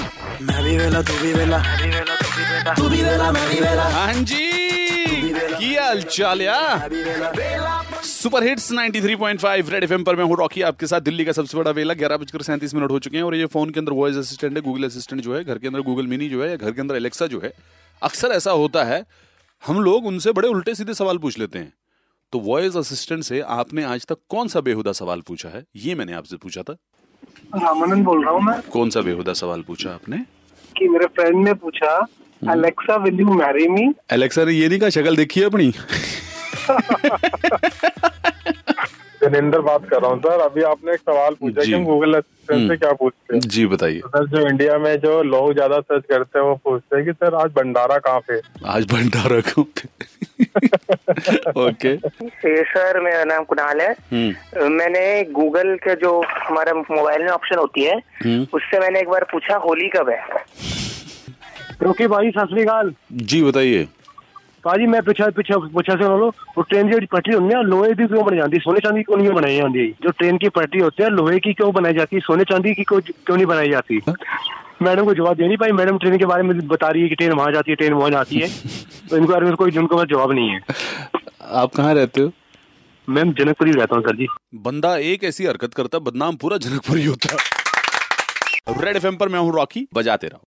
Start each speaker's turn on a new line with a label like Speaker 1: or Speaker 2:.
Speaker 1: मैं भी वेला तू भी वेला तू भी वेला मैं भी वेला
Speaker 2: हाँ जी की हाल चाल या सुपर हिट्स 93.5 रेड एफएम पर मैं हूँ रॉकी आपके साथ दिल्ली का सबसे बड़ा वेला ग्यारह बजकर सैंतीस मिनट हो चुके हैं और ये फोन के अंदर वॉइस असिस्टेंट है गूगल असिस्टेंट जो है घर के अंदर गूगल मिनी जो है या घर के अंदर एलेक्सा जो है अक्सर ऐसा होता है हम लोग उनसे बड़े उल्टे सीधे सवाल पूछ लेते हैं तो वॉइस असिस्टेंट से आपने आज तक कौन सा बेहुदा सवाल पूछा है ये मैंने आपसे पूछा था
Speaker 3: रामानंद हाँ, बोल रहा हूँ मैं
Speaker 2: कौन सा बेहुदा सवाल पूछा आपने
Speaker 3: कि मेरे फ्रेंड ने पूछा Alexa will you marry me
Speaker 2: Alexa ने ये नहीं कहा शक्ल देखी है अपनी
Speaker 4: जनेंद्र बात कर रहा हूँ सर अभी आपने एक सवाल पूछा
Speaker 2: जी।
Speaker 4: कि हम गूगल असिस्टेंट से क्या पूछते हैं
Speaker 2: जी बताइए
Speaker 4: तो सर जो इंडिया में जो लोग ज्यादा सर्च करते हैं वो पूछते हैं कि सर आज भंडारा कहाँ पे है?
Speaker 2: आज भंडारा को ओके
Speaker 5: ए, सर मेरा नाम कुणाल है
Speaker 2: Hmm.
Speaker 5: मैंने गूगल के जो हमारा मोबाइल में ऑप्शन होती है उससे मैंने एक बार पूछा होली कब है
Speaker 6: रोकी तो भाई सत श्रीकाल
Speaker 2: जी बताइए
Speaker 6: ਭਾਜੀ ਮੈਂ ਪਿੱਛੇ ਪਿੱਛੇ ਪੁੱਛਿਆ ਸੀ ਉਹਨਾਂ ਨੂੰ ਉਹ ਟ੍ਰੇਨ ਦੀ ਜਿਹੜੀ ਪਟਰੀ ਹੁੰਦੀ ਹੈ ਲੋਹੇ ਦੀ ਕਿਉਂ ਬਣੀ ਜਾਂਦੀ ਸੋਨੇ ਚਾਂਦੀ ਕਿਉਂ ਨਹੀਂ ਬਣਾਈ ਜਾਂਦੀ ਜੋ ਟ੍ਰੇਨ ਦੀ ਪਟਰੀ ਹੁੰਦੀ ਹੈ ਲੋਹੇ की क्यों बनाई जाती है सोने चांदी की क्यों क्यों नहीं बनाई जाती मैडम को जवाब दिया नहीं भाई मैडम ट्रेन के बारे में बता रही है कि ट्रेन वहां जाती है ट्रेन वहां जाती है तो इनको अरे कोई उनको जवाब नहीं है
Speaker 2: आप कहाँ रहते हो
Speaker 6: मैम जनकपुरी में रहता हूँ सर जी
Speaker 2: बंदा एक ऐसी हरकत करता बदनाम पूरा जनकपुर ही होता रेड एफएम पर मैं हूँ रॉकी बजाते रहो